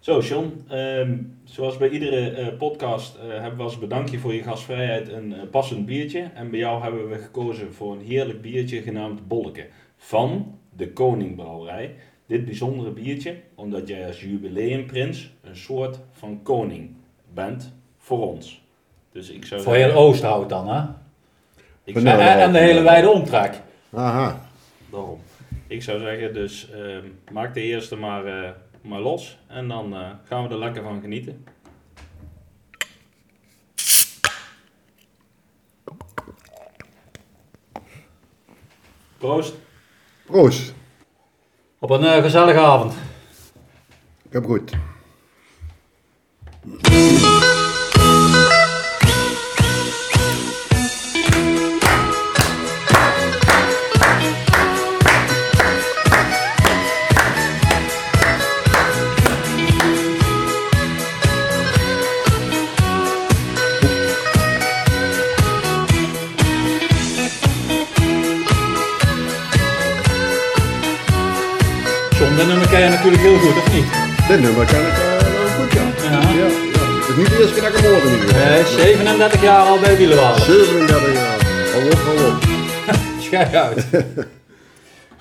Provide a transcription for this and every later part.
Zo, John, ehm, zoals bij iedere eh, podcast eh, hebben we als bedankje voor je gastvrijheid een eh, passend biertje. En bij jou hebben we gekozen voor een heerlijk biertje genaamd Bolleke van de Koningbrouwerij. Dit bijzondere biertje, omdat jij als jubileumprins een soort van koning bent voor ons. Dus ik zou Voor zeggen- heel Oosthout dan, hè? ik Van zou- Ja, en, en de ja. hele wijde omtrek. Aha. Daarom. Ik zou zeggen, dus ehm, maak de eerste maar, eh, maar los. En dan eh, gaan we er lekker van genieten. Proost. Proost. Op een eh, gezellige avond. Ik heb goed. John, dit nummer ken je natuurlijk heel goed, of niet? Dit nummer ken ik eh, wel goed, ja. Ja. ja. ja. Het is niet de eerste keer dat ik hem hoor in ieder geval. Eh, 37 jaar al bij Wielenwalen. 37 jaar. Hou op, hou op. Schijf uit.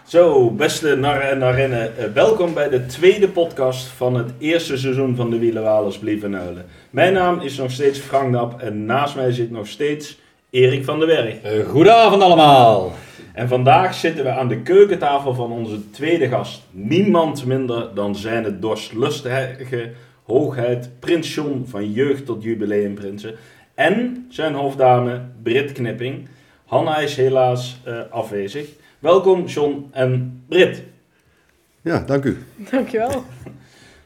Zo, beste narren en narinnen, eh, welkom bij de tweede podcast van het eerste seizoen van de Wielenwalers Blievenhuilen. Mijn naam is nog steeds Frank Nap en naast mij zit nog steeds Erik van der Werg. Eh, Goedenavond allemaal. En vandaag zitten we aan de keukentafel van onze tweede gast. Niemand minder dan zijn het dorstlustige hoogheid Prins John van jeugd tot jubileumprinsen. En zijn hofdame Brit Knipping. Hanna is helaas eh, afwezig. Welkom John en Brit. Ja, dank u. Dankjewel.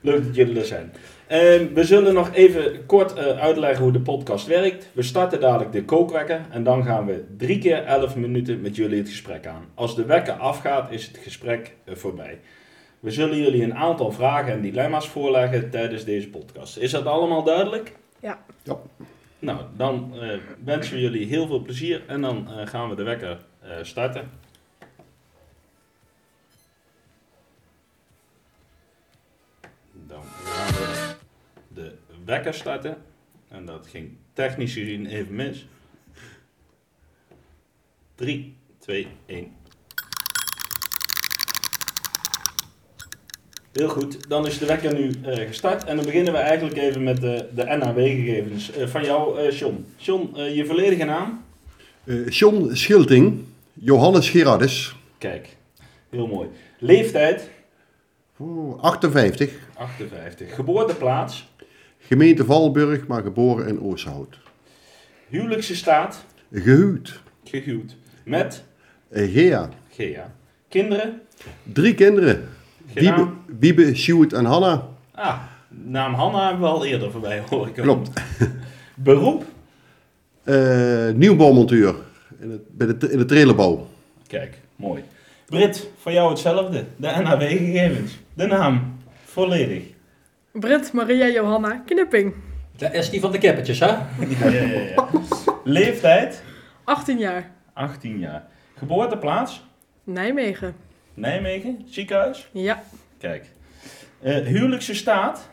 Leuk dat jullie er zijn. Eh, we zullen nog even kort eh, uitleggen hoe de podcast werkt. We starten dadelijk de kookwekker en dan gaan we drie keer elf minuten met jullie het gesprek aan. Als de wekker afgaat, is het gesprek eh, voorbij. We zullen jullie een aantal vragen en dilemma's voorleggen tijdens deze podcast. Is dat allemaal duidelijk? Ja. Ja. Nou, dan eh, wensen we jullie heel veel plezier en dan eh, gaan we de wekker eh, starten. Dan gaan we de wekker starten. En dat ging technisch gezien even mis. 3, 2, 1. Heel goed, dan is de wekker nu eh, gestart. En dan beginnen we eigenlijk even met de, de NAW-gegevens eh, van jou, eh John. John, eh, je volledige naam? Eh, John Schilting, Johannes Gerardus, Kijk, heel mooi. Leeftijd? oh, 58, 58. Geboorteplaats? gemeente Valburg, maar geboren in Ooshout. Huwelijkse staat? Gehuwd, Gehuwd. Met? Eh, Gea. Gea. Kinderen? Drie kinderen, Wiebe, Gedaan. Wiebe, Sjoerd en Hanna. Ah, naam Hanna hebben we al eerder voorbij horen komen. Klopt. Beroep? Eh, nieuwbouwmonteur in, het, bij de, tra- in de trailerbouw. Kijk, mooi. Brit, voor jou hetzelfde. De NAW-gegevens. De naam, volledig. Britt Maria Johanna Knipping, Dat is die van de kippetjes, hè? Ja, ja, ja. Leeftijd? 18 jaar, 18 jaar. Geboorteplaats? Nijmegen. Nijmegen, ziekenhuis. Ja, Kijk. Eh, huwelijkse staat?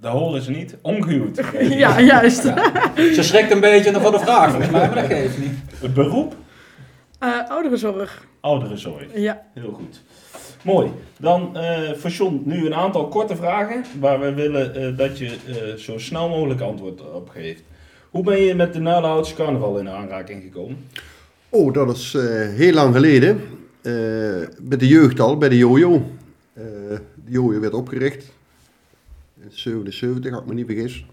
Dat horen ze niet. Ongehuwd. ja juist. Ze schrikt een beetje van de vraag, volgens mij, maar dat geeft niet. Beroep? Eh, ouderenzorg, Ouderenzorg. ja. Heel goed. Mooi. Dan eh voor John nu een aantal korte vragen waar we willen eh, dat je eh, zo snel mogelijk antwoord op geeft. Hoe ben je met de Nederlandse carnaval in aanraking gekomen? Oh, dat is eh, heel lang geleden. Eh, met de jeugd al, bij de Jojo. Eh, de Jojo werd opgericht. In 77, als ik me niet vergis.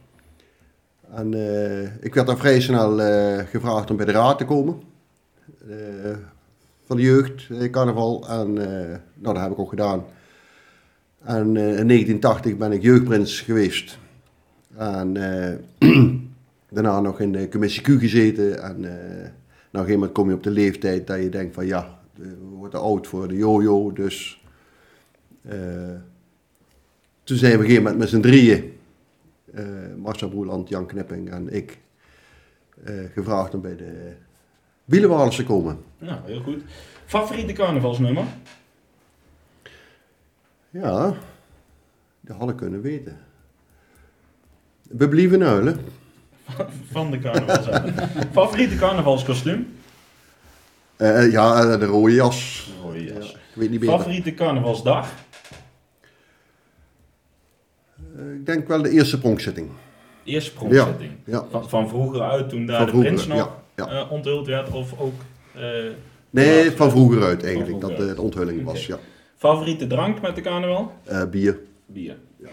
En eh, ik werd dan vrij snel eh, gevraagd om bij de raad te komen. Eh, van de jeugd, eh, carnaval. En eh, nou, dat heb ik ook gedaan. En eh, in 1980 ben ik jeugdprins geweest. En eh, daarna nog in de commissie Q gezeten. En eh, nou, op een gegeven moment kom je op de leeftijd dat je denkt van ja, eh, we worden oud voor de jojo. Dus eh, toen zijn we op een gegeven moment met z'n drieën, eh Marcel Broeland, Jan Knipping en ik, eh, gevraagd om bij de Wielenwalers te komen. Nou, heel goed. Favoriete carnavalsnummer? Ja, dat hadden kunnen weten. We blieven huilen. Van de carnaval. Favoriete carnavalskostuum? Eh, ja, de rode jas. Rode jas. Ja, ik weet niet meer. Favoriete carnavalsdag? Eh, ik denk wel de eerste pronkzitting. Eerste pronkzetting. Ja, Van, van vroeger uit, toen daar van de vroeger. prins nog ja, ja. eh, onthuld werd. Of ook eh, Nee, Ja. van vroeger uit eigenlijk, Van vroeger dat eh, uit. de onthulling was. Ja. favoriete drank met de carnaval? Eh, bier. Bier. Oké.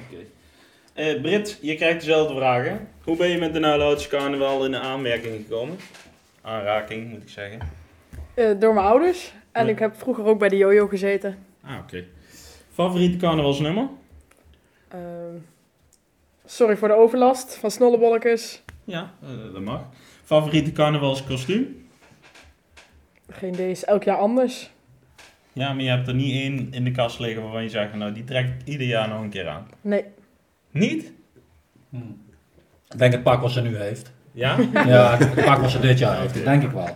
Eh, Brit, je krijgt dezelfde vragen. Hoe ben je met de Nederlandse carnaval in de aanmerking gekomen? Aanraking, moet ik zeggen. Eh, door mijn ouders. En Ja. ik heb vroeger ook bij de jojo gezeten. Ah, oké. Favoriete carnavalsnummer? Ehm, sorry voor de overlast van snollebolletjes. Ja, eh, dat mag. Favoriete carnavalskostuum? Geen deze, elk jaar anders. Ja, maar je hebt er niet één in de kast liggen waarvan je zegt, nou, die trek ik ieder jaar nog een keer aan. Nee, Niet? Hm. Ik denk het pak wat ze nu heeft. Ja? Ja, het pak wat ze dit jaar heeft, dat denk ik wel.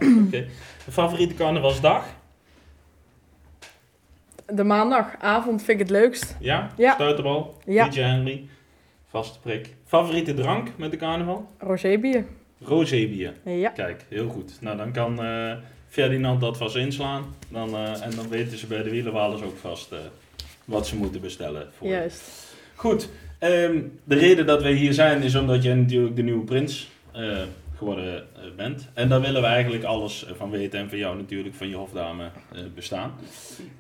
Favoriete carnavalsdag? de maandagavond vind ik het leukst. Ja? Ja. Stuiterbal? Ja. DJ Henry? Vaste prik. Favoriete drank met de carnaval? Rosébier. Rosébier. Ja. Kijk, heel goed. Nou, dan kan eh, Ferdinand dat vast inslaan. Dan, eh, en dan weten ze bij de wielerwalers ook vast eh, wat ze moeten bestellen. Voor Juist. Goed, ehm, de reden dat wij hier zijn is omdat jij natuurlijk de nieuwe prins eh, geworden eh, bent. En daar willen we eigenlijk alles eh, van weten en van jou natuurlijk, van je hofdame eh, bestaan.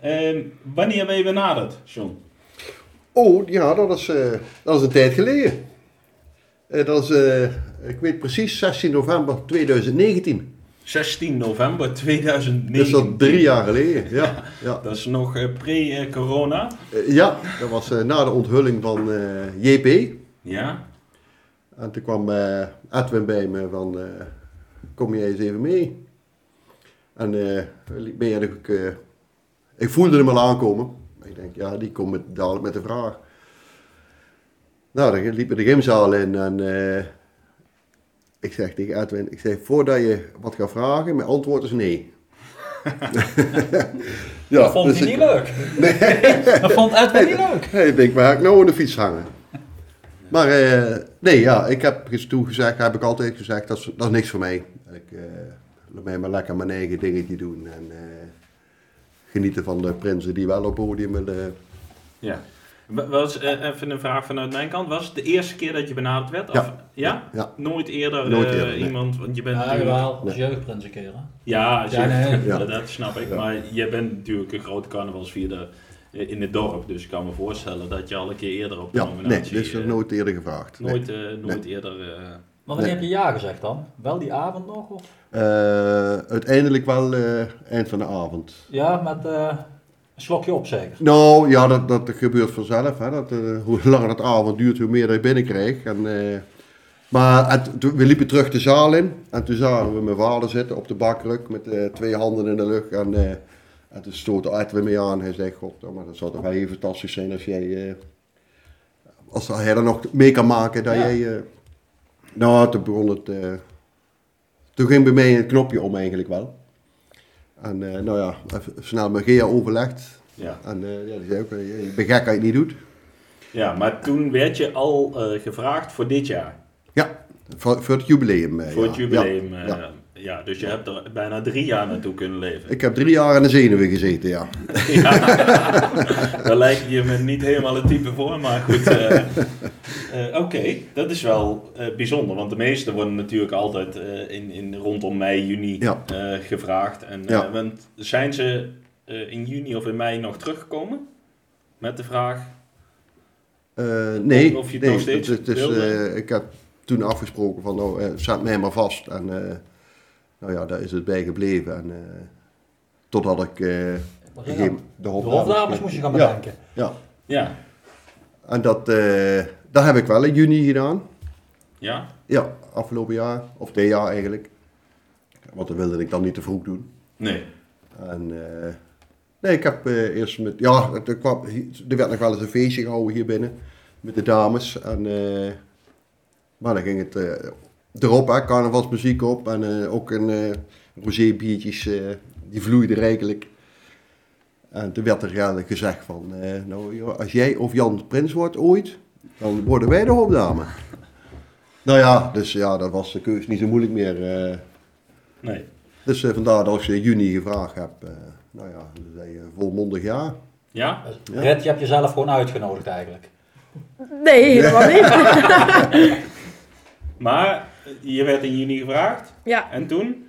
Ehm, wanneer ben je benaderd, John? Oh, ja, dat is, eh, dat is een tijd geleden. Eh, dat is, eh, ik weet precies, 16 november 2019. 16 november 2009. Dus dat drie jaar geleden. Ja, ja. Dat is nog eh, pre-corona. Eh, ja dat was eh, na de onthulling van eh, JP. Ja, En toen kwam eh Edwin bij me van, eh, kom jij eens even mee? En eh, ben je eigenlijk, eh, ik voelde hem al aankomen. Ik denk, ja, die komt met, dadelijk met de vraag. Nou, dan liepen de gymzaal in en eh, ik zeg tegen Edwin, ik zeg, voordat je wat gaat vragen, mijn antwoord is nee. ja, Dat vond dus hij ik- niet leuk. Dat vond Edwin niet leuk. Hey, ik denk, waar ga ik nou aan de fiets hangen? Maar eh, nee, ja, ik heb eens toegezegd, heb ik altijd gezegd, dat is, dat is niks voor mij. Ik eh, laat mij maar lekker mijn eigen dingetje doen en eh, genieten van de prinsen die wel op het podium willen. ja. Wa- Was, eh, even een vraag vanuit mijn kant. Was het de eerste keer dat je benaderd werd? Ja. Of- ja? Ja. Nooit eerder, Nooit eh, eerder, nee. iemand, want je bent Ja, natuurlijk- jawel, als jeugdprins een keer. hè. Ja, Ja, zeker. nee. Ja. dat snap ik. Ja. Maar jij bent natuurlijk een grote carnavalsvierder eh, in het dorp. Dus ik kan me voorstellen dat je al een keer eerder op de Ja, nee, nominatie... dit is nog eh, nooit eerder gevraagd. Nee. nooit, eh, nooit eerder... eh, Maar wanneer Nee. heb je ja gezegd dan? Wel die avond nog? Of? Eh, uiteindelijk wel eh, eind van de avond. Ja, met eh, een slokje op zeker. Nou ja, dat, dat gebeurt vanzelf. Hè. Dat, eh, hoe langer het avond duurt, hoe meer ik binnenkrijg. En, eh, maar het- toen- we liepen terug de zaal in. En toen zagen we mijn vader zitten op de bakruk met eh, twee handen in de lucht. En, eh en toen stoot Edwin mee aan. Hij zei, god, maar dat zou toch wel heel fantastisch zijn als jij... eh, als hij er nog mee kan maken dat Ja. jij... eh, nou, toen begon het... eh, toen ging bij mij een knopje om eigenlijk wel. En eh, nou ja, even snel met Gea overlegd. ja. En eh, ja, die zei ook, eh, ik ben gek als je het niet doet. ja, maar toen werd je al eh, gevraagd voor dit jaar. Voor, voor het jubileum. eh, voor ja. het jubileum. eh, Ja, ja. dus je hebt er bijna drie jaar naartoe kunnen Ja. leven. Ik heb drie jaar in de zenuwen gezeten, ja. ja. Dan lijkt je me niet helemaal het type voor, maar goed. eh, eh, Oké, dat is wel eh, bijzonder, want de meesten worden natuurlijk altijd eh, in, in, rondom mei, juni Ja. eh, gevraagd. En, eh, Ja. want zijn ze eh, in juni of in mei nog teruggekomen met de vraag? Eh, nee, Of je het nee nog steeds het, het is, wilde? eh, ik heb toen afgesproken van, nou, eh, zet mij maar vast. En eh, nou ja, daar is het bij gebleven. En, eh, totdat ik eh, Wat zeg je gegeven- dan? de De hofdames moest je gaan bedenken. Ja, Ja, ja. en dat, eh, dat heb ik wel in juni gedaan. ja, Ja, afgelopen jaar, of dit jaar eigenlijk. Want dat wilde ik dan niet te vroeg doen. nee. En, eh, nee, ik heb eh, eerst met. Ja, er, kwam, er werd nog wel eens een feestje gehouden hier binnen. Met de dames. En, eh, maar dan ging het eh, erop, hè, carnavalsmuziek op. En eh, ook een eh rosé biertjes, eh, die vloeiden rijkelijk. En toen werd er eigenlijk gezegd van, eh, nou, joh, als jij of Jan prins wordt ooit, dan worden wij de hofdame. nou ja, dus ja, dat was de keus niet zo moeilijk meer. eh. Nee. Dus eh, vandaar dat ik ze in juni gevraagd heb. eh, nou ja, ze zei eh, volmondig ja. Ja? Ja. Red, je hebt jezelf gewoon uitgenodigd eigenlijk. Nee, helemaal niet. Maar eh, je werd in juni gevraagd. Ja, En toen?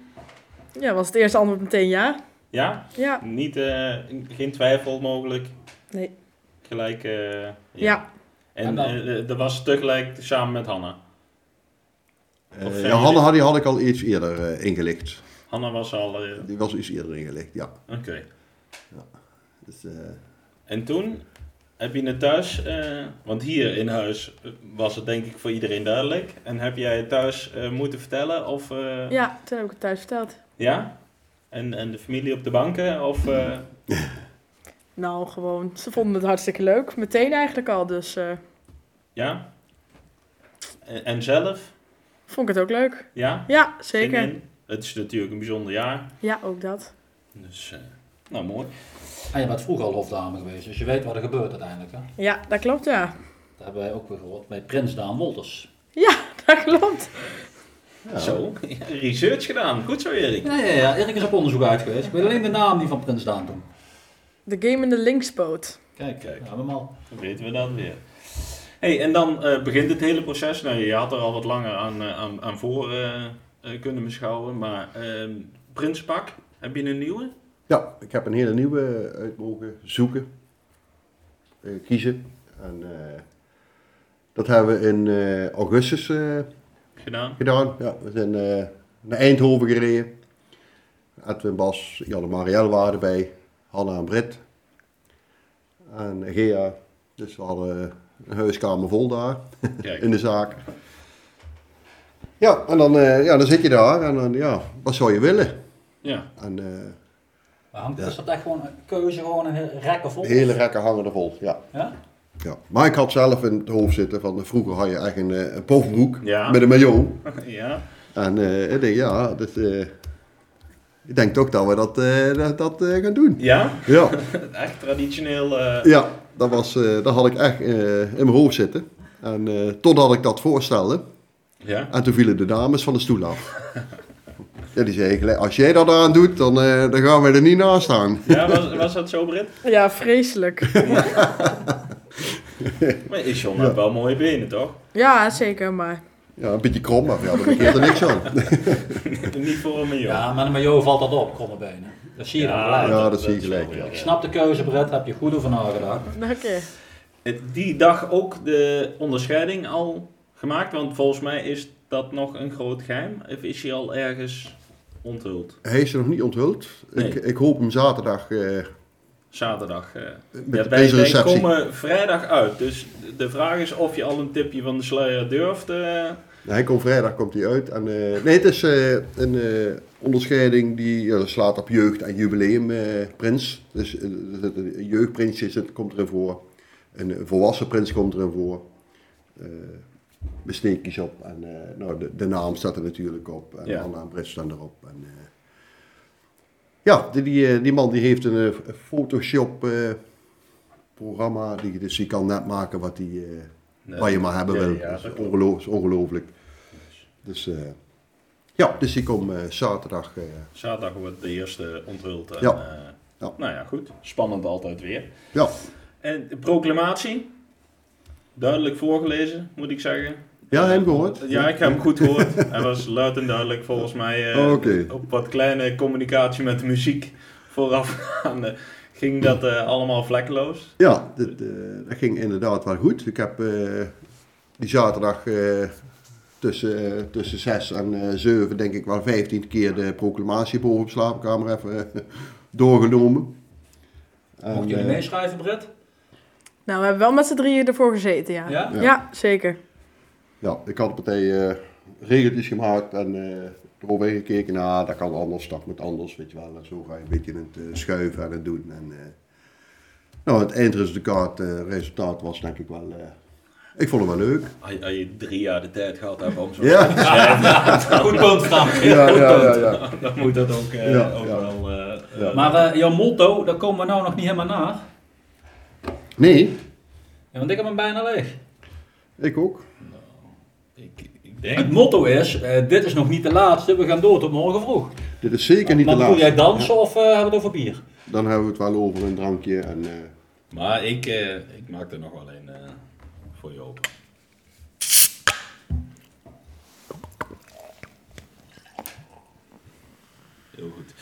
ja, was het eerste antwoord meteen ja. Ja? Ja, Niet, eh, geen twijfel mogelijk. nee. Gelijk. eh, ja. Ja, En En dan? eh, dat was tegelijk samen met Hanna. Eh, Of zijn ja, Hanne jullie- had, die had ik al iets eerder eh, ingelicht. Hanna was al. eh, Die was iets eerder ingelicht, ja. Oké. Dus, eh, En toen heb je het thuis, eh, want hier in huis eh, was het denk ik voor iedereen duidelijk. En heb jij het thuis eh, moeten vertellen? Of, eh, ja, toen heb ik het thuis verteld. ja? En, en de familie op de banken? Of, eh, Nou, gewoon, ze vonden het hartstikke leuk. Meteen eigenlijk al, dus eh, ja? En, en zelf? vond ik het ook leuk. Ja? Ja, Zin zeker. in? Het is natuurlijk een bijzonder jaar. Ja, ook dat. Dus, eh, nou mooi. En je bent vroeger al hofdame geweest, dus je weet wat er gebeurt uiteindelijk. Hè? Ja, dat klopt, ja. Dat hebben wij ook weer gehoord bij Prins Daan Wolters. Dat klopt. ja. Zo, research gedaan. Goed zo Erik. Ja, ja, ja, Erik is op onderzoek uit geweest. Ik weet alleen de naam niet van Prins Daan toen. De game in de linkspoot. Kijk, Kijk. kijk. Nou, helemaal. Dan weten we dat weer. Hey, en dan eh, begint het hele proces. Nou, je had er al wat langer aan, eh, aan, aan voor eh, eh, kunnen beschouwen. Maar ehm, Prinspak, heb je een nieuwe? Ja, ik heb een hele nieuwe eh, uit mogen zoeken, eh, kiezen. En eh, dat hebben we in eh, augustus eh, Gedaan. gedaan. Ja, we zijn eh, naar Eindhoven gereden. Edwin Bas, Jan en Marielle waren erbij. Hanna en Britt. En Gea. Dus we hadden een huiskamer vol daar Kijk, in de zaak. Ja, en dan, eh, ja, dan zit je daar en dan, ja, wat zou je willen? ja. En eh, Maar hangt, Ja. is dat echt gewoon een keuze, gewoon een heel- rekken vol? de hele rekken hangen er vol, ja. Ja? Ja, maar ik had zelf in het hoofd zitten van vroeger had je echt een, eh, een pofbroek Ja. met een maillot. ja. En eh, ik denk, ja, dat, eh, ik denk toch dat we dat, eh, dat, dat, eh, gaan doen. Ja, Ja, echt traditioneel. eh, ja dat, was, eh, dat had ik echt eh, in mijn hoofd zitten. En eh, totdat ik dat voorstelde, ja. en toen vielen de dames van de stoel af. Ja, die zeiden gelijk, als jij dat aan doet, dan, eh, dan gaan wij er niet naast staan. Ja, was, was dat zo, Britt? Ja, vreselijk. Maar is John had wel mooie benen, toch? Ja, zeker, maar Ja, een beetje krom, maar ja, dat betekent er niks aan. Niet voor een miljoen. Ja, maar met jou valt dat op, kromme benen. Dat zie je dan gelijk. Ja, dat zie je is gelijk, wel weer, Ik ja. snap de keuze, Brett, daar heb je goed over nagedacht. dank je. Het- Eh, Die dag ook de onderscheiding al gemaakt? Want volgens mij is dat nog een groot geheim. Of is hij al ergens onthuld? Hij is er nog niet onthuld. Ik, Nee. ik hoop hem zaterdag eh, Zaterdag. eh. met ja, wij, deze wij receptie. komen vrijdag uit. Dus de vraag is of je al een tipje van de sluier durft. eh. Nou, Hij komt vrijdag komt hij uit. En, eh, nee, het is eh, een eh, onderscheiding die ja, dat slaat op jeugd- en jubileumprins. dus eh, er zit een jeugdprinsje zit, komt erin voor. Een eh, volwassen prins komt erin voor. Eh besteekjes op. En, eh, nou, de, de naam staat er natuurlijk op. En Ja. Anna en Brits staan erop. En, eh, ja, die, die, eh, die man die heeft een eh, Photoshop-programma. die, dus die kan net maken wat hij... eh, waar je maar hebben Ja, wil. ja, dat dat is klopt. ongeloo- is ongelooflijk. Dus eh, ja, dus die komt eh, zaterdag. eh, Zaterdag wordt de eerste onthuld. En, Ja. eh, Ja. Nou ja, goed. Spannend altijd weer. ja, En de proclamatie. Duidelijk voorgelezen, moet ik zeggen. ja, hem gehoord. Eh, Ja, ik heb hem goed gehoord. Hij was luid en duidelijk volgens mij. eh, Oké. Op wat kleine communicatie met de muziek voorafgaande ging dat eh, allemaal vlekkeloos. Ja, dat, eh, dat ging inderdaad wel goed. Ik heb eh, die zaterdag eh, tussen, eh, tussen 6 en eh 7, denk ik wel 15 keer de proclamatie boven op slaapkamer even eh, doorgenomen. En, Mochten jullie eh, meeschrijven, Brett? Nou, we hebben wel met z'n drieën ervoor gezeten, ja. Ja? Ja. Ja, zeker. Ja, ik had een partij eh, regeltjes gemaakt en eh eroverheen gekeken. Nou, dat kan anders, dat moet anders, weet je wel. En zo ga je een beetje het eh, schuiven en het doen. En, eh, nou, het eindresultaat eh, resultaat was denk ik wel... eh, ik vond het wel leuk. Als je- als je drie jaar de tijd gehad hebt om zo Ja, Goed punt, Frank. ja, ja. ja, dan moet dat ook, eh, Ja, ook ja. wel eh, eh, Ja. Maar eh, jouw motto, daar komen we nou nog niet helemaal naar. Nee, Ja, want ik heb hem bijna leeg. ik ook. Ik, ik denk. Het motto is, eh, dit is nog niet de laatste, we gaan door tot morgen vroeg. Dit is zeker niet maar de bedoel laatste. jij dansen of eh, hebben we het over bier? Dan hebben we het wel over een drankje. En, eh, Maar ik, eh, ik maak er nog wel een eh, voor je open. Heel goed.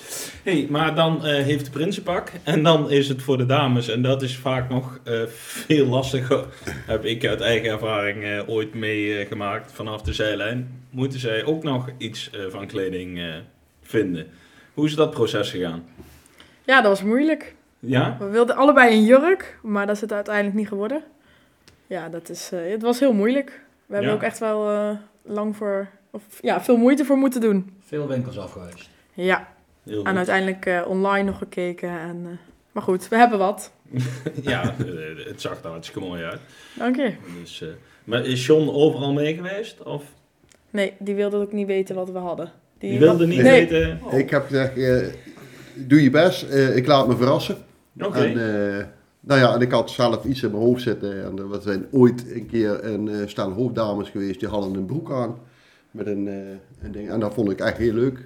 hey, maar dan eh, heeft de prins een pak. En dan is het voor de dames. En dat is vaak nog eh, veel lastiger. Heb ik uit eigen ervaring eh, ooit meegemaakt vanaf de zijlijn. Moeten zij ook nog iets eh, van kleding eh, vinden. Hoe is dat proces gegaan? Ja, dat was moeilijk. Ja? We wilden allebei een jurk, maar dat is het uiteindelijk niet geworden. Ja, dat is, eh, het was heel moeilijk. We hebben Ja. ook echt wel eh, lang voor, of ja, veel moeite voor moeten doen. Veel winkels afgeweest. Ja, Heel en goed. uiteindelijk eh, online nog gekeken. En, eh, maar goed, we hebben wat. Ja, eh, het zag er hartstikke mooi uit. Dank je. Dus, eh, maar is John overal mee geweest? Of Nee, die wilde ook niet weten wat we hadden. die wilde niet Nee. weten? Ik heb gezegd, eh, doe je best. eh, ik laat me verrassen. Oké. En, eh, nou ja, en ik had zelf iets in mijn hoofd zitten. En we zijn ooit een keer een eh, stel hoofddames geweest. Die hadden een broek aan. Met een, eh, een ding. En dat vond ik echt heel leuk.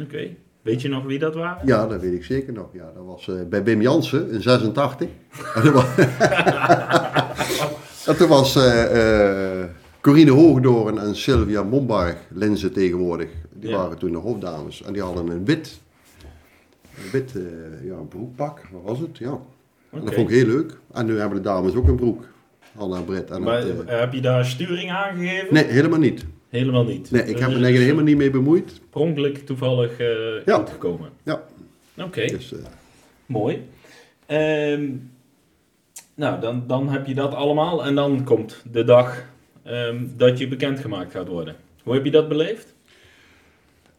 Oké. Weet je nog wie dat waren? Ja, dat weet ik zeker nog. Ja, dat was eh, bij Wim Jansen in 86. en dat was- en toen was eh, eh, Corine Hoogdoorn en Sylvia Mombarg, lenzen tegenwoordig. Die Ja. waren toen de hofdames. En die hadden een wit, een wit eh, ja, een broekpak. Wat was het? Ja. En Oké. dat vond ik heel leuk. En nu hebben de dames ook een broek. Hanna en Britt. En Maar dat, eh, eh, heb je daar sturing aan gegeven? nee, helemaal niet. Helemaal niet. Dus Nee, ik Dat heb me is er eigenlijk helemaal niet mee bemoeid. Pronkelijk toevallig eh Ja. goed gekomen. Ja. Oké, Dus, eh, mooi. Ehm, nou, dan, dan heb je dat allemaal en dan komt de dag ehm, dat je bekendgemaakt gaat worden. Hoe heb je dat beleefd?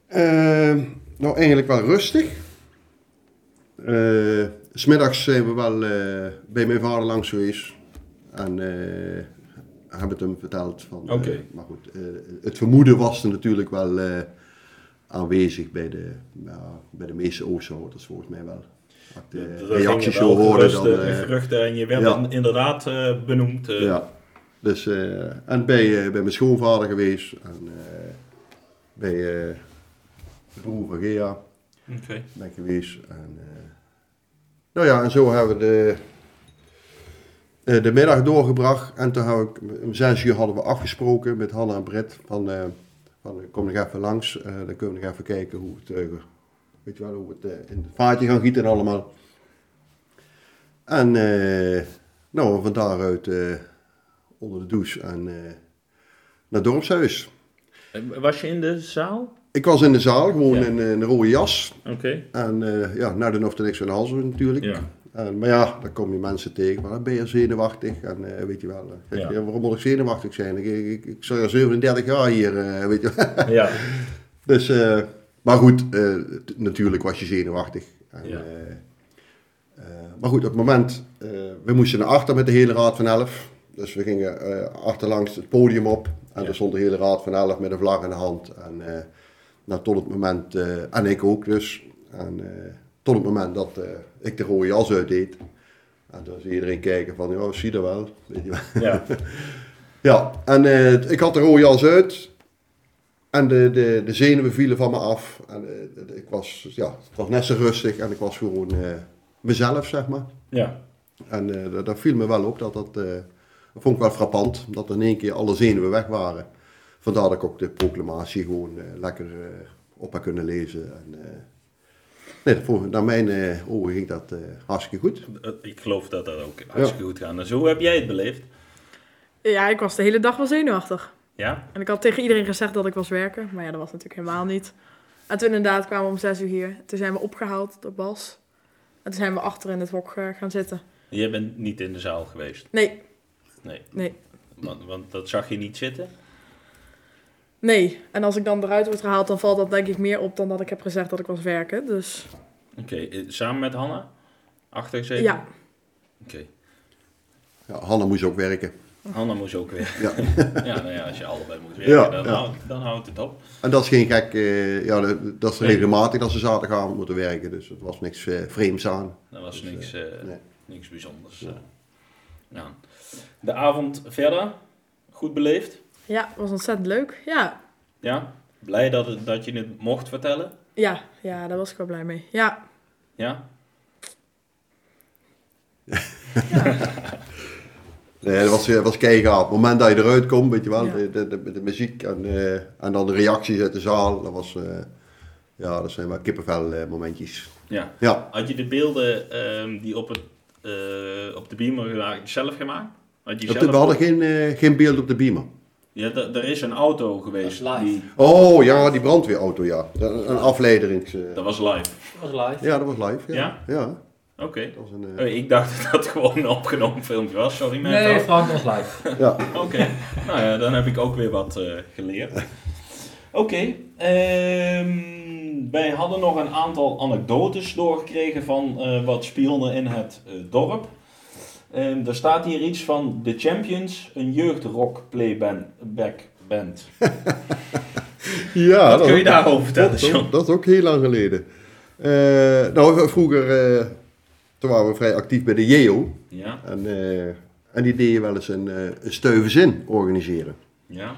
Ehm, nou, eigenlijk wel rustig. Eh, S Smiddags zijn we wel eh, bij mijn vader langs geweest. En eh, hebben het hem verteld. Van, eh, Oké. maar goed, eh, het vermoeden was er natuurlijk wel eh, aanwezig bij de, ja, bij de meeste Oosthouders, volgens mij wel. Als ik Er De gingen reacties dus wel zo hoorde dan... geruchten- eh, geruchten en je werd ja. dan inderdaad eh, benoemd. eh, ja. Dus, eh, en bij, eh, bij mijn schoonvader geweest. En eh, bij eh, de broer van Gea. Oké. ben geweest. En, eh, nou ja, en zo hebben we de, eh, de middag doorgebracht. En toen heb ik, om zes uur hadden we afgesproken met Hanna en Britt van, eh, van eh, kom nog even langs. eh, dan kunnen we nog even kijken hoe het, eh, weet je wel, hoe we het eh, in het vaatje gaan gieten en allemaal. En eh, nou, van daaruit eh, onder de douche en eh, naar het dorpshuis. Was je in de zaal? Ik was in de zaal, gewoon Ja. in, eh, een rode jas. Oké. En eh, ja, nou dan hoeft er niks aan de hals natuurlijk. Ja. En, maar ja, dan kom je mensen tegen, maar dan ben je zenuwachtig. En eh, weet je wel, eh, zeg Ja. je, waarom moet ik zenuwachtig zijn? Ik, ik, ik, ik zit al 37 jaar hier, eh, weet je wel. ja. Dus, eh, maar goed, eh, t- natuurlijk was je zenuwachtig. En, Ja. eh, eh, maar goed, op het moment, eh, we moesten naar achter met de hele raad van elf. Dus we gingen eh, achterlangs het podium op. En Ja. er stond de hele raad van elf met een vlag in de hand. En eh, nou, tot het moment, eh, en ik ook dus. En eh, tot het moment dat eh, ik de rode jas uitdeed. En dan zie iedereen kijken van, ja, zie je dat wel. Weet je wel. ja. Ja, en eh, ik had de rode jas uit. En de, de, de zenuwen vielen van me af. En eh, ik was, ja, het was net zo rustig en ik was gewoon eh, mezelf, zeg maar. Ja. En eh, dat, dat viel me wel op. Dat, dat, eh, dat vond ik wel frappant, dat in één keer alle zenuwen weg waren. Vandaar dat ik ook de proclamatie gewoon eh, lekker eh, op heb kunnen lezen. En, eh, nee, dat vond- naar mijn eh, ogen ging dat eh, hartstikke goed. Eh, Ik geloof dat dat ook hartstikke goed gaat. Dus hoe heb jij het beleefd? Ja, ik was de hele dag wel zenuwachtig. Ja? En ik had tegen iedereen gezegd dat ik was werken, maar ja, dat was natuurlijk helemaal niet. En toen inderdaad kwamen we om zes uur hier. Toen zijn we opgehaald door Bas. En toen zijn we achter in het hok eh, gaan zitten. Jij bent niet in de zaal geweest. Nee, Nee. Nee. Want, want dat zag je niet zitten. nee. En als ik dan eruit word gehaald, dan valt dat denk ik meer op dan dat ik heb gezegd dat ik was werken. Dus Oké. eh, Samen met Hanna? Achter zeker? ja, Oké. Ja, Hanna moest ook werken. Hanna moest ook weer. Ja. ja, nou ja, als je allebei moet werken, Ja, dan, ja. Houdt, dan houdt het op. En dat is geen gek, eh, ja, dat, dat is Nee. regelmatig dat ze zaterdagavond moeten werken, dus het was niks eh, vreemds aan. Dat was Dus, eh, niks, eh, nee. niks bijzonders. Ja. eh, aan. De avond verder, goed beleefd. Ja, was ontzettend leuk. Ja, Ja, blij dat, het, dat je het mocht vertellen. ja, ja, daar was ik wel blij mee. Ja, Ja, Nee, dat was, eh, was keigaaf. Op het moment dat je eruit komt, weet je wel, Ja. de, de, de, de muziek en, eh, en dan de reacties uit de zaal, dat was, eh, ja, dat zijn wel kippenvel eh, momentjes. ja. Ja, Had je de beelden ehm, die op, het, eh, op de beamer gemaakt, zelf gemaakt? Had je Op de- zelf... we hadden geen, eh, geen beeld op de beamer. Ja, d- er is een auto geweest. Dat is live. die- Oh ja, die brandweerauto, ja. Een, een afleiderings... eh, dat was live. was live. Ja, dat was live. Ja? Ja? Ja. Oké. dat was een, eh, Oh, ik dacht dat dat gewoon een opgenomen filmpje was. Sorry, mijn Nee, fout. Frank was live. ja. Oké, nou ja, dan heb ik ook weer wat eh, geleerd. Oké, ehm, wij hadden nog een aantal anekdotes doorgekregen van eh, wat spionnen in het eh, dorp. Ehm er staat hier iets van The Champions, een jeugdrock playback band. ja wat kun je daarover vertellen, dat, John? dat, dat is ook heel lang geleden. Eh, nou, vroeger eh, toen waren we vrij actief bij de JEO. Ja, En, eh, en die deden wel eens een, eh een steuvenzin organiseren. ja.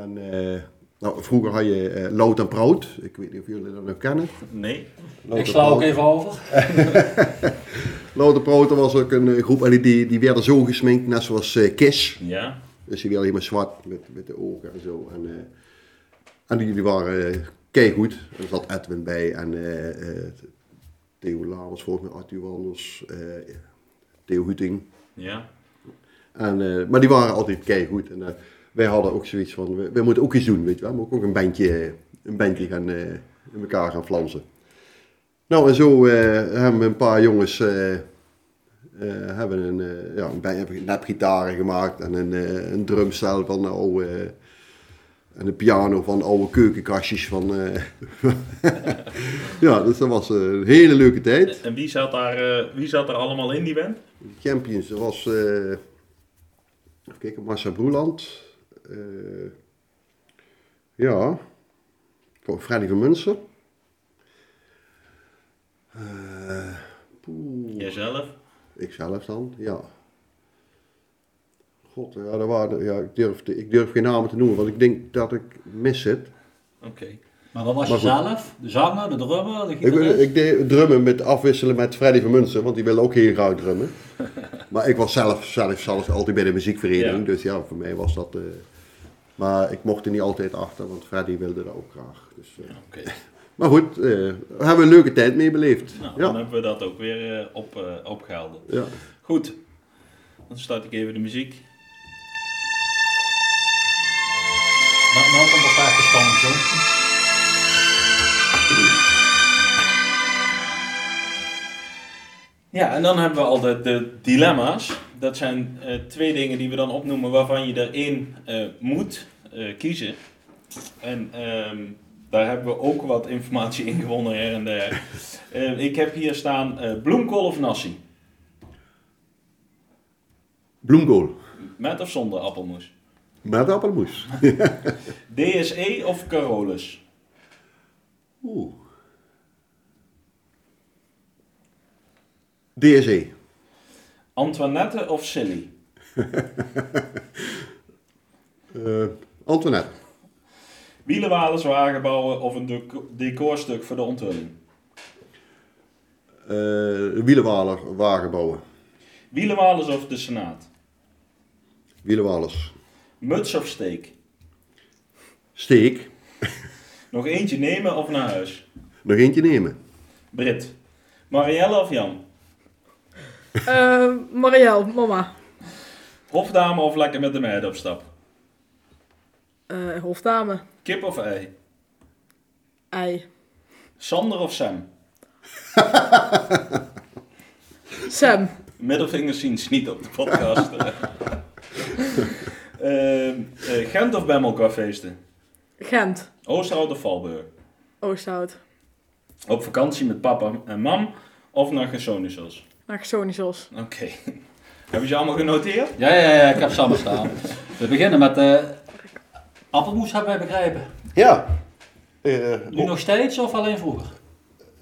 En, eh, nou, vroeger had je eh Lout en Prout. Ik weet niet of jullie dat nog kennen. Nee. Lout ik en sla Prout. ook even over. Lout en Prout, dat was ook een eh, groep. En die, die, die werden zo gesminkt, net zoals eh Kiss. Ja. Dus die werden helemaal zwart met, met de ogen en zo. En, eh, en die, die waren eh keigoed. Er zat Edwin bij en eh, eh, Theo Lamers, volgens mij Arthur Wanders, eh, Theo Huting. Ja. En, eh, maar die waren altijd keigoed. En eh, wij hadden ook zoiets van, we, we moeten ook iets doen, weet je wel. We moeten ook een bandje, een bandje gaan, eh, in elkaar gaan flansen. Nou, en zo eh, hebben we een paar jongens... eh, eh, hebben een, eh ja, een band- hebben nepgitaren gemaakt en een, eh, een drumstel van de oude... eh, en een piano van oude keukenkastjes van... eh, ja, dus dat was een hele leuke tijd. En wie zat, daar, eh, wie zat er allemaal in die band? Champions, dat was. eh even kijken, Marcel Broeland. eh, ja. Voor Freddy van Munster. Eh, poeh, Jijzelf? Ikzelf dan, ja. God, ja, daar waren, ja ik, durf, ik durf geen namen te noemen, want ik denk dat ik mis zit. Oké. Maar dat was Maar je goed. zelf, de zanger, de drummer, de Ik, gitarist. ik deed drummen met afwisselen met Freddy van Munster, want die wilde ook heel graag drummen. maar ik was zelf, zelf, zelf altijd bij de muziekvereniging, Ja. dus ja, voor mij was dat... eh, maar ik mocht er niet altijd achter, want Freddy wilde dat ook graag. Dus, eh, Oké. Maar goed, eh, we hebben een leuke tijd mee beleefd. Nou, dan ja. hebben we dat ook weer eh, op, eh, opgehaald. Ja. Goed, dan start ik even de muziek. Nou, nou komt er vaak de spanning, John. Ja, en dan hebben we al de, de dilemma's. Dat zijn eh, twee dingen die we dan opnoemen waarvan je er één eh, moet eh, kiezen. En ehm, daar hebben we ook wat informatie in gewonnen her en der. Eh, ik heb hier staan eh, bloemkool of nasi. Bloemkool, Met of zonder appelmoes. met appelmoes. DSE E of Carolus. Oeh. DSE, Antoinette of Silly. Eh Antoinette, Wielenwalers, wagen bouwen of een deco- decorstuk voor de onthulling. Eh wielenwaler, wagen bouwen, Wielenwalers of de Senaat? wielenwalers, Muts of steek? steek, Nog eentje nemen of naar huis? nog eentje nemen. Brit. Marielle of Jan? Eh Marielle, mama. Hofdame of lekker met de meid op stap? Eh, hofdame. Kip of ei? Ei. Sander of Sam? Sam. Middelvingers zien ze niet op de podcast. Ehm, eh, Gent of Bemmel qua feesten? Gent. Oosterhout of Valburg? Oosthout. Op vakantie met papa en mam of naar Gersonisos? Naar Sonisels. Oké. Heb je ze allemaal genoteerd? Ja, ja, ja, ik heb ze allemaal staan. We beginnen met eh, appelmoes, hebben wij begrepen. Ja. Eh, Nu nog steeds of alleen vroeger?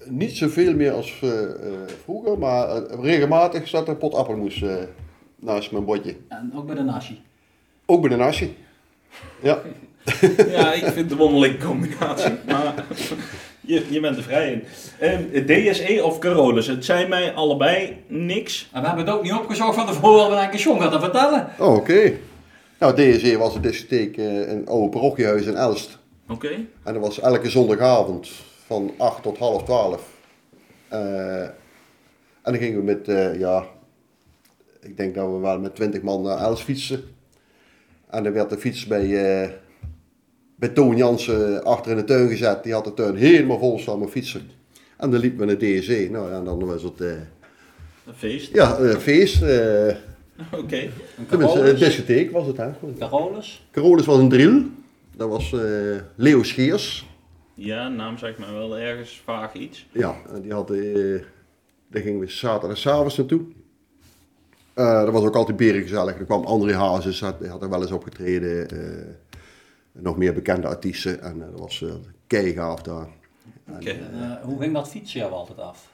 Niet zoveel meer als eh, eh, vroeger, maar eh, regelmatig staat er een pot appelmoes eh, naast mijn bordje. En ook bij de nashi. Ook bij de nasi. Ja, Ja, ik vind het een wonderlijke combinatie, maar je, je bent er vrij in. Ehm, DSE of Carolus, het zijn mij allebei niks. En we hebben het ook niet opgezocht van tevoren wat een John gaat dat vertellen. oh, oké. Nou, DSE was een discotheek, eh, een oude parochiehuis in Elst. Oké. En dat was elke zondagavond van 8 tot half 12. Eh, en dan gingen we met, eh, ja, ik denk dat we wel met 20 man naar Els fietsen. En dan werd de fiets bij, eh, bij Toon Jansen achter in de tuin gezet. Die had de tuin helemaal vol staan met fietsen. En dan liepen we naar DSE. Nou, en dan was het eh, Een feest. ja, eh, feest. eh Oké. tenminste, Carolus. eh, discotheek was het hè. Carolus. Carolus was een drill. Dat was eh, Leo Scheers. Ja, naam zegt mij wel ergens vaag iets. Ja, en die had, eh, daar gingen we zaterdagavond naartoe. Eh dat was ook altijd berengezellig. Er kwam André Hazes, had, die had er wel eens opgetreden. eh, nog meer bekende artiesten. En eh, dat was uh, keigaaf daar. En, Oké. En, eh, hoe ging dat fietsen jou altijd af?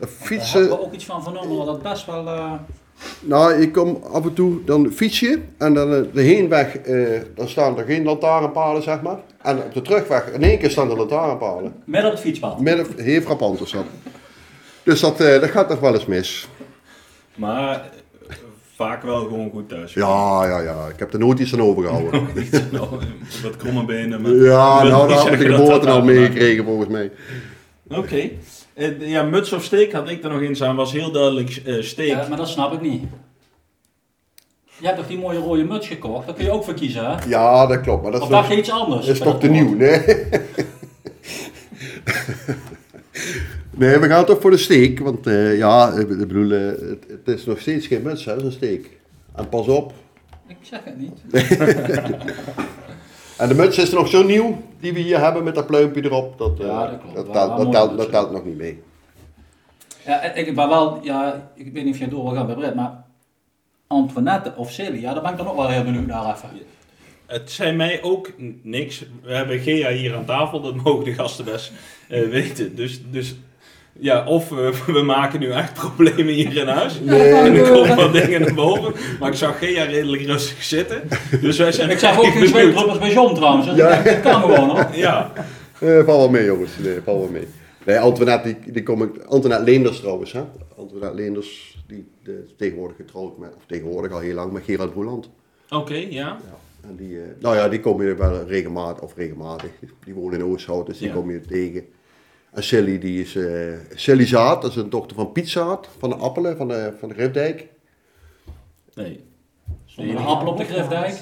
Want Daar hebben fietsen, we ook iets van vernomen dat dat best wel... eh, nou ik kom af en toe, dan fiets je. En dan eh, de heenweg, eh, dan staan er geen lantaarnpalen zeg maar. En op de terugweg, in één keer staan er lantaarnpalen. midden op het fietspad. Met een heel frappant is dat. Dus dat, eh, dat gaat nog wel eens mis. Maar eh, vaak wel gewoon goed thuis. Ja, ja, ja. Ik heb er nooit iets aan overgehouden. Nou, eh, wat kromme benen. Maar Ja, Ik wil nou, niet daar heb ik zeggen de dat geboorte dat al daar- meegekregen volgens mij. Oké. Eh, ja, muts of steek had ik er nog in staan. Was heel duidelijk eh, steek. Ja, maar dat snap ik niet. Je hebt toch die mooie rode muts gekocht? Daar kun je ook voor kiezen, hè? Ja, dat klopt, maar dat is, Of dacht nog, je iets anders? dat is bij nog te woord? nieuw, nee. nee, we gaan toch voor de steek, want eh, ja, ik bedoel, eh, het, het is nog steeds geen muts, hè, zo'n steek. En pas op. Ik zeg het niet. En de muts is nog zo nieuw, die we hier hebben met dat pluimpje erop, dat, eh, Ja, dat klopt. dat, Wel een telt, dat, mooie telt, muts, dat hè. telt nog niet mee. Ja, ik, maar wel, ja, ik weet niet of jij door wil gaan bij Brett, maar Antoinette of Celia, ja, daar ben ik dan ook wel heel benieuwd naar even. Het zijn mij ook n- niks. We hebben Gea hier aan tafel, dat mogen de gasten best eh, weten. Dus, dus ja, of eh, we, we maken nu echt problemen hier in huis. En er komen wat dingen naar boven. Maar ik zag Gea redelijk rustig zitten. Dus wij zijn Ik zag ook geen benieuwd. zweetdruppels bij John trouwens, dus Ja. ik denk, dat kan gewoon hoor. Ja, Eh val wel mee, jongens. Nee, val wel mee. Nee, Antoinette, die, die kom ik, Antoinette Leenders trouwens, hè. Antoinette Leenders, die, die is tegenwoordig getrouwd met, of tegenwoordig al heel lang, met Gerard Roland. oké, ja. En die, eh, nou ja, die kom je wel regelmatig, of regelmatig, die wonen in Oosthout, dus die Ja. kom je tegen. En Sally, die is, eh Sally Zaad, dat is een dochter van Piet Zaad, van de Appelen, van de, van de Rifdijk. Nee. Zonder een appel op de Grifdijk.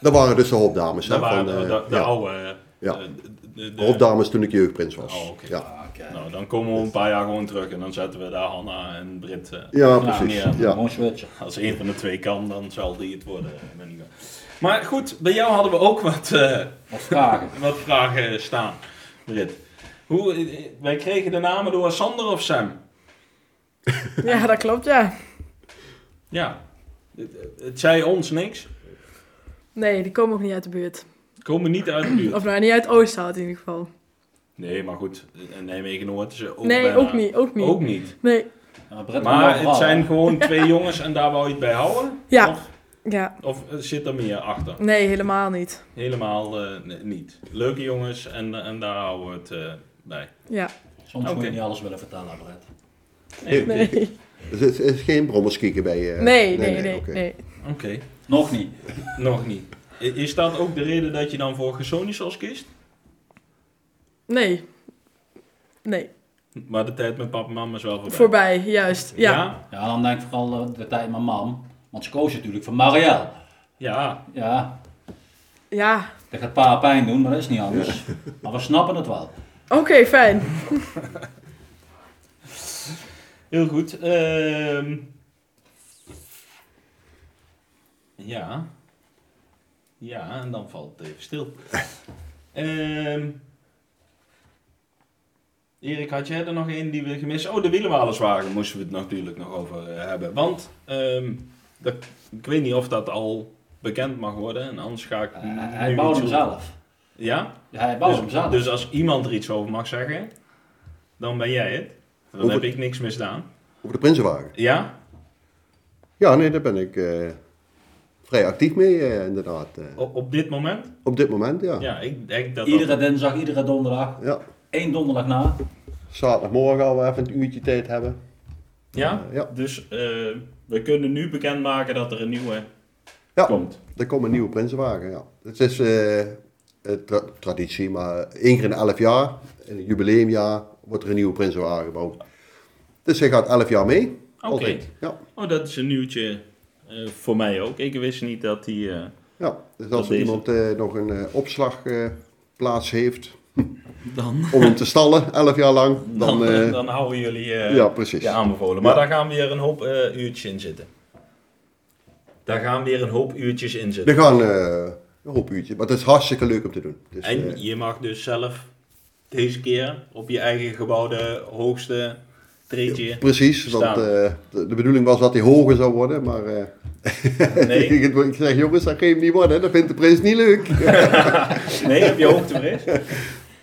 Dat waren dus de hopdames, hè? Dat waren van, de, eh, de, de ja, oude. eh, Ja. eh, de- de- de- hopdames toen ik jeugdprins was. Oh, oké. ja. nou, dan komen we een paar jaar gewoon terug en dan zetten we daar Hanna en Britt. eh, ja, Ja, precies. ja. ja. Gewoon switchen. Als een van de twee kan, dan zal die het worden. eh, Ik ben niet wel. Maar goed, bij jou hadden we ook wat, eh, Of vragen. wat vragen staan, Britt. Hoe, eh, wij kregen de namen door Sander of Sam. Ja, dat klopt, ja. Ja, het, het zei ons niks. Nee, die komen ook niet uit de buurt. Komen niet uit de buurt. Of nou, niet uit Oosthout in ieder geval. Nee, maar goed, in Nijmegen hoort ze ook nee, bijna- ook niet, ook niet. Ook niet. Nee, Ja, Brett kan wel Maar het verhalen. zijn gewoon twee jongens en daar wou je het bij houden? Ja. Of, ja. of zit er meer achter? Nee, helemaal niet. Helemaal eh, n- niet. Leuke jongens en, en daar houden we het eh, bij. Ja, Soms moet Oké. je niet alles willen vertellen, Brett. nee. Dus het is geen brommerskieken bij je. Nee, nee, nee, oké. nee. Oké. Nog niet. Nog niet. I- Is dat ook de reden dat je dan voor Gersonisos kiest? Nee. Nee. Maar de tijd met papa en mama is wel voorbij. Voorbij, juist. Ja. Ja, dan denk ik vooral eh, de tijd met mam. Want ze koos natuurlijk voor Marielle. Ja. Ja, Ja. dat gaat pa pijn doen, maar dat is niet anders. Maar we snappen het wel. Oké, fijn. Heel goed. Ehm. Ja. Ja, en dan valt het even stil. Ehm. Erik, had jij er nog één die we gemist? Oh, de wielenwalerswagen moesten we het natuurlijk nog over eh, hebben. Want ehm, dat, ik weet niet of dat al bekend mag worden. En anders ga ik. Eh, Hij- nu hij iets bouwt hem zoeken. zelf. Ja? Ja, Hij bouwt hem Dus, zelf. dus als iemand er iets over mag zeggen, dan ben jij het. Dan Over- heb ik niks misdaan. Over de Prinsenwagen. Ja? Ja, nee, daar ben ik eh, vrij actief mee, eh, inderdaad. eh. Op, op dit moment? Op dit moment, ja. Ja, Ja, ik denk dat. dat- Iedere dinsdag, iedere donderdag. Eén donderdag na. zaterdagmorgen al even een uurtje tijd hebben. Ja? Ja, Dus eh, we kunnen nu bekendmaken dat er een nieuwe Ja. komt. er komt een nieuwe Prinsenwagen, ja. Het is eh, een tra- traditie, maar één keer in elf jaar, in het jubileumjaar, wordt er een nieuwe Prinsenwagen gebouwd. Dus hij gaat elf jaar mee. Oké. Altijd. Ja, Oh, dat is een nieuwtje eh, voor mij ook. Ik wist niet dat die... eh, ja. Dus Dat als er deze. iemand eh, nog een eh, opslagplaats heeft Dan, om hem te stallen, elf jaar lang, dan... dan, eh, dan houden jullie eh, ja, precies. je aanbevolen. Maar Ja. daar gaan weer een hoop eh, uurtjes in zitten. Daar gaan weer een hoop uurtjes in We zitten. gaan eh, een hoop uurtjes, maar het is hartstikke leuk om te doen. Dus, eh, En je mag dus zelf deze keer op je eigen gebouw de hoogste treedje... Precies, want staan. eh, de, de bedoeling was dat hij hoger zou worden, maar eh, Nee, ik, ik zeg jongens, dat geeft niet worden, dat vindt de prins niet leuk. nee heb je hoogtevrees?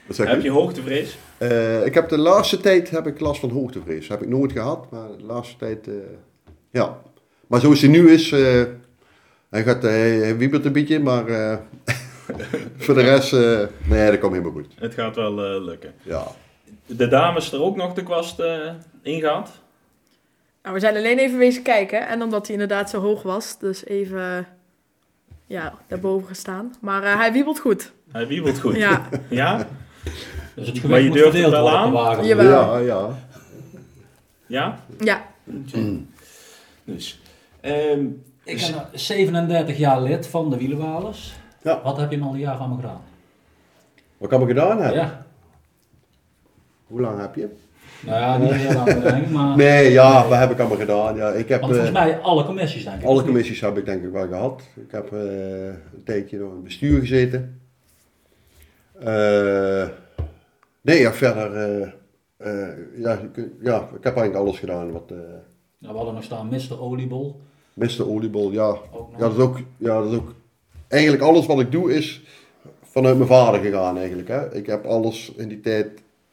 Wat zeg heb je? je hoogtevrees? Eh, ik heb de laatste tijd heb ik last van hoogtevrees, heb ik nooit gehad, maar de laatste tijd, eh, ja. Maar zoals hij nu is, eh, hij, gaat, hij, hij wiebert een beetje, maar eh, voor de rest, eh, nee, dat komt helemaal goed. Het gaat wel eh, lukken. Ja, De dames er ook nog de kwast eh ingaat. Nou, we zijn alleen even wezen kijken. En omdat hij inderdaad zo hoog was, dus even ja, daarboven gestaan. Maar eh, hij wiebelt goed. Hij wiebelt goed. Ja, ja? Dus het Maar gewicht je moet durft verdeeld het wel worden op de wagen. Jawel. ja, ja. Ja? ja. Dus. ehm, Ik ben 37 jaar lid van de Wielenwalers. Ja. Wat heb je in al die jaren allemaal gedaan? Wat kan ik gedaan Ja. hebben? Hoe lang heb je? Nou ja, niet heel lang denk ik, maar... Nee, ja, wat heb ik allemaal gedaan? Ja, ik heb, Want volgens eh, mij alle commissies denk ik. Alle commissies heb ik denk ik wel gehad. Ik heb eh, een tijdje nog in het bestuur gezeten. Eh, nee, ja, verder. eh, eh, ja, je kunt- ja, ik heb eigenlijk alles gedaan. Wat, eh, Nou, we hadden nog staan Mr. Oliebol. Mr. Oliebol, ja. Ook nog. Ja dat, is ook, ja, dat is ook. Eigenlijk alles wat ik doe is vanuit mijn vader gegaan eigenlijk. Hè. Ik heb alles in die tijd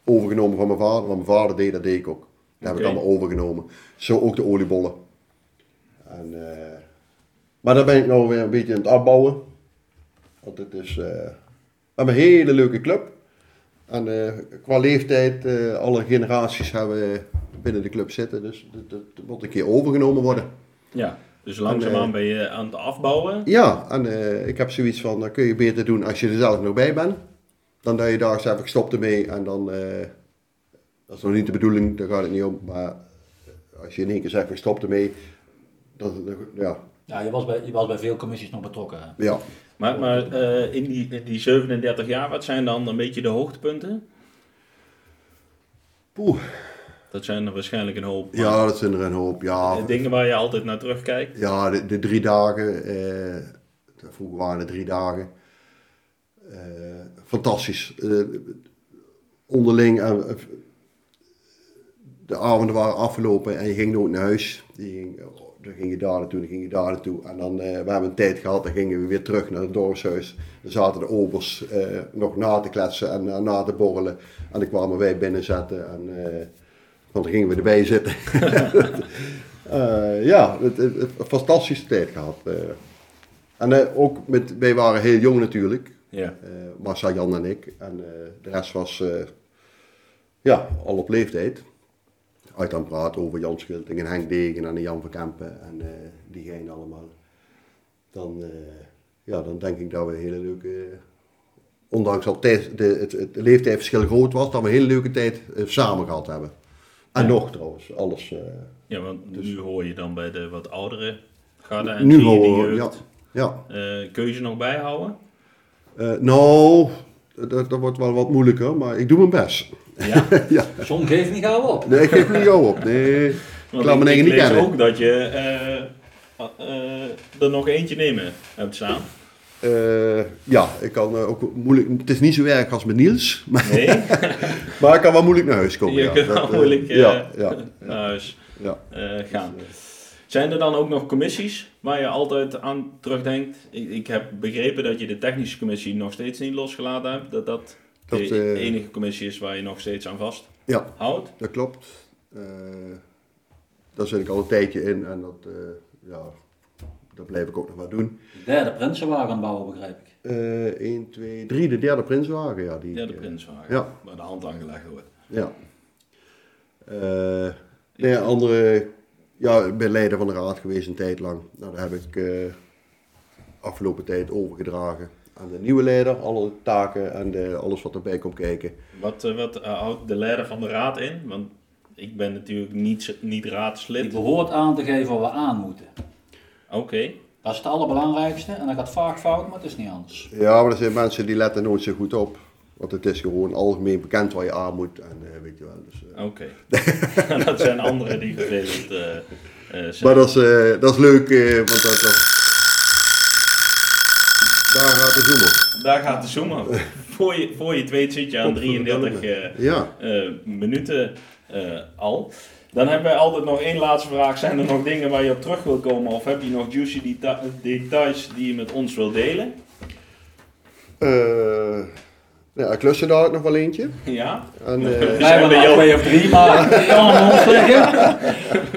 overgenomen van mijn vader. Wat mijn vader deed, dat deed ik ook. Dat heb ik Oké. allemaal overgenomen. Zo ook de oliebollen. En, eh, maar daar ben ik nou weer een beetje aan het afbouwen. Want het is. eh, we hebben een hele leuke club. En eh, qua leeftijd, eh, alle generaties hebben binnen de club zitten. Dus dat, dat moet een keer overgenomen worden. ja, dus langzaamaan ben je aan het afbouwen. Ja, en eh, ik heb zoiets van, dat kun je beter doen als je er zelf nog bij bent. Dan dat je daar zegt, ik stop ermee en dan... eh, dat is nog niet de bedoeling, daar gaat het niet om. Maar als je in één keer zegt, ik stop ermee... Dan, dan- ja, Ja, je was, bij, je was bij veel commissies nog betrokken. hè? ja. Maar, maar eh, in, die, in die 37 jaar, wat zijn dan een beetje de hoogtepunten? Poeh. Dat zijn er waarschijnlijk een hoop. maar ja, dat zijn er een hoop. Ja, de Dingen waar je altijd naar terugkijkt. ja de, de drie dagen. eh, vroeger waren het drie dagen. Eh, fantastisch. Eh, onderling. en, eh, de avonden waren afgelopen en je ging nooit naar huis. Je ging, oh, dan ging je daar naartoe, dan ging je daar naartoe. En dan, eh, we hebben een tijd gehad, dan gingen we weer terug naar het dorpshuis. Dan zaten de obers eh, nog na te kletsen en eh, na te borrelen. En dan kwamen wij binnenzetten en eh, want dan gingen we erbij zitten. Eh, ja, het, het, het- een fantastische tijd gehad. eh. En eh, ook, met, wij waren heel jong natuurlijk. Ja. Eh, Marcel, Jan en ik. En eh, de rest was eh, ja, al op leeftijd. Uit aan het praten over Jan Schulting en Henk Degen en Jan van Kempen en eh diegene allemaal. Dan, eh, ja, dan denk ik dat we een hele leuke, eh, ondanks dat tijd, de, het, het leeftijdsverschil groot was, dat we een hele leuke tijd eh, samen gehad hebben. En Ja. nog trouwens, alles. eh, ja, want nu hoor je dan bij de wat oudere garde en nu zie je de horen we, ja. jeugd. ja. Eh, keuze nog bijhouden? Eh, nou, dat, dat wordt wel wat moeilijker, maar ik doe mijn best. Ja, John geeft niet gauw op. Nee, ik geef niet jou op. Nee. want laat me ik, negen ik niet lees kennen. ook dat je eh, eh, er nog eentje nemen hebt staan. Eh, ja, ik kan eh, ook moeilijk. Het is niet zo erg als met Niels, maar, Nee, maar ik kan wel moeilijk naar huis komen. je ja. kunt Dat, wel eh, moeilijk eh, ja, ja, naar huis ja. eh, gaan. Zijn er dan ook nog commissies waar je altijd aan terugdenkt? Ik, ik heb begrepen dat je de technische commissie nog steeds niet losgelaten hebt. Dat dat, Dat, de eh, enige commissie is waar je nog steeds aan vasthoudt. Ja, dat klopt. Eh, daar zit ik al een tijdje in en dat, eh, ja, dat blijf ik ook nog maar doen. Eh, De derde prinsenwagen aan het bouwen, begrijp ik. 1, 2, 3, de derde prinswagen. Ja, die, Ja, de eh, prinswagen. ja. Waar de hand aangelegd wordt. Ja. Eh, nee, andere... Ja, ik ben leider van de raad geweest een tijd lang. Nou, daar heb ik eh, afgelopen tijd overgedragen aan de nieuwe leider. Alle taken en de, alles wat erbij komt kijken. Wat, eh, wat eh, houdt de leider van de raad in? Want ik ben natuurlijk niet, niet Die raadslid. Oké. behoort aan te geven waar we aan moeten. Dat is het allerbelangrijkste en dat gaat vaak fout, maar het is niet anders. Ja, maar er zijn mensen die letten nooit zo goed op. Want het is gewoon algemeen bekend waar je aan moet. En eh, weet je wel. Dus, eh. Oké. dat zijn anderen die vervelend eh, eh, zijn. Maar dat is, eh, dat is leuk, eh, want dat... dat... Daar gaat de zoemer. Daar gaat de zoom op. voor, je, voor je het weet zit je aan 33 eh, Ja. eh, minuten eh, al. Dan hebben wij altijd nog één laatste vraag. Zijn er nog dingen waar je op terug wil komen? Of heb je nog juicy deta- details die je met ons wil delen? Eh nou, ja, ik lust er daar ook nog wel eentje. Ja? En, eh, Dus Wij hebben bij er jou. twee of drie, maar die allemaal ons liggen.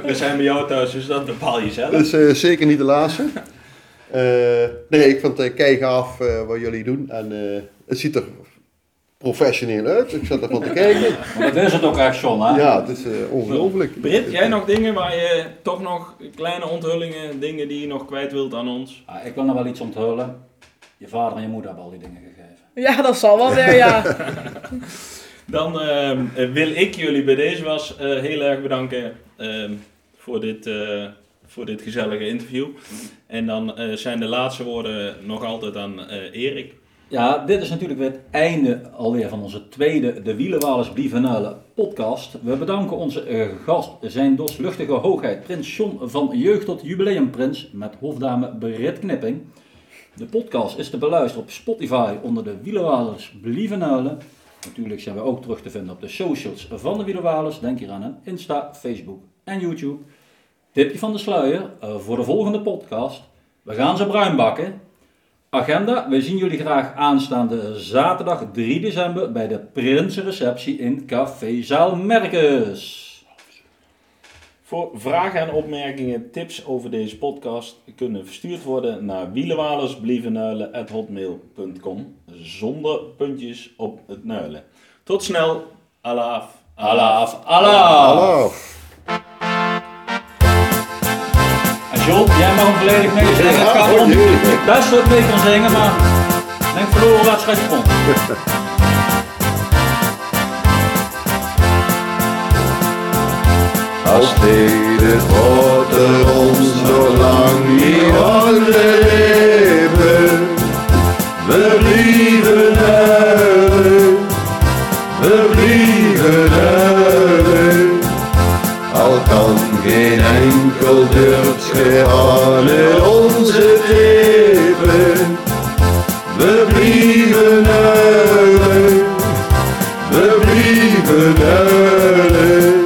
We zijn bij jou thuis, dus dat bepaal je zelf. dat is eh, zeker niet de laatste. Eh, nee, ik vond het kei gaaf eh, wat jullie doen. En eh, het ziet er professioneel uit. Ik zat ervan te kijken. Maar dat is het ook echt, John, hè? Ja, het is eh, ongelooflijk. Britt, jij nog dingen waar je toch nog kleine onthullingen, dingen die je nog kwijt wilt aan ons? Ah, ik wil nog wel iets onthullen. Je vader en je moeder hebben al die dingen gegeven. Ja, dat zal wel weer, ja. Dan ehm, eh, wil ik jullie bij deze was eh, heel erg bedanken ehm, voor, dit, eh, voor dit gezellige interview. En dan eh, zijn de laatste woorden nog altijd aan eh, Erik. Ja, dit is natuurlijk weer het einde alweer van onze tweede De Wielenwalers Blieven Uilen podcast. We bedanken onze eh, gast, zijn dos luchtige hoogheid, prins John van Jeugd tot Jubileumprins met hofdame Berit Knipping. De podcast is te beluisteren op Spotify onder De Wielenwalers Blieven Uilen. Natuurlijk zijn we ook terug te vinden op de socials van De Wielenwalers. Denk hier aan een Insta, Facebook en YouTube. Tipje van de sluier eh, voor de volgende podcast. We gaan ze bruin bakken. Agenda, we zien jullie graag aanstaande zaterdag 3 december bij de Prinsenreceptie in Café Zaal Merkers. Voor vragen en opmerkingen, tips over deze podcast kunnen verstuurd worden naar wielenwalersblievennuilen.hotmail.com zonder puntjes op het nuilen. Tot snel, alaaf, Alaaf, alaaf! Hallo. En John, jij mag hem volledig meezingen. Het gaat Ah, om best wat mee kan zingen, maar ik denk verloren wedstrijd vond. Als steden God er ons nog lang niet alle leven, we blieven huilen, we blieven huilen. Al kan geen enkel deurt gehalen onze leven, we blieven huilen, we blieven huilen.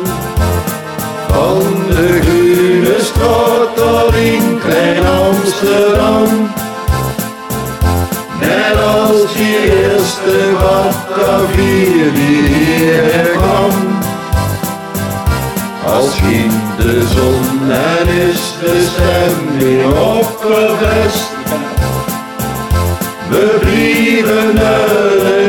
Van de Gune straat tot in Klein Amsterdam. Net als die eerste watervier die hier kwam. Als ging de zon en is de stemming opgevest. We blieven huilen.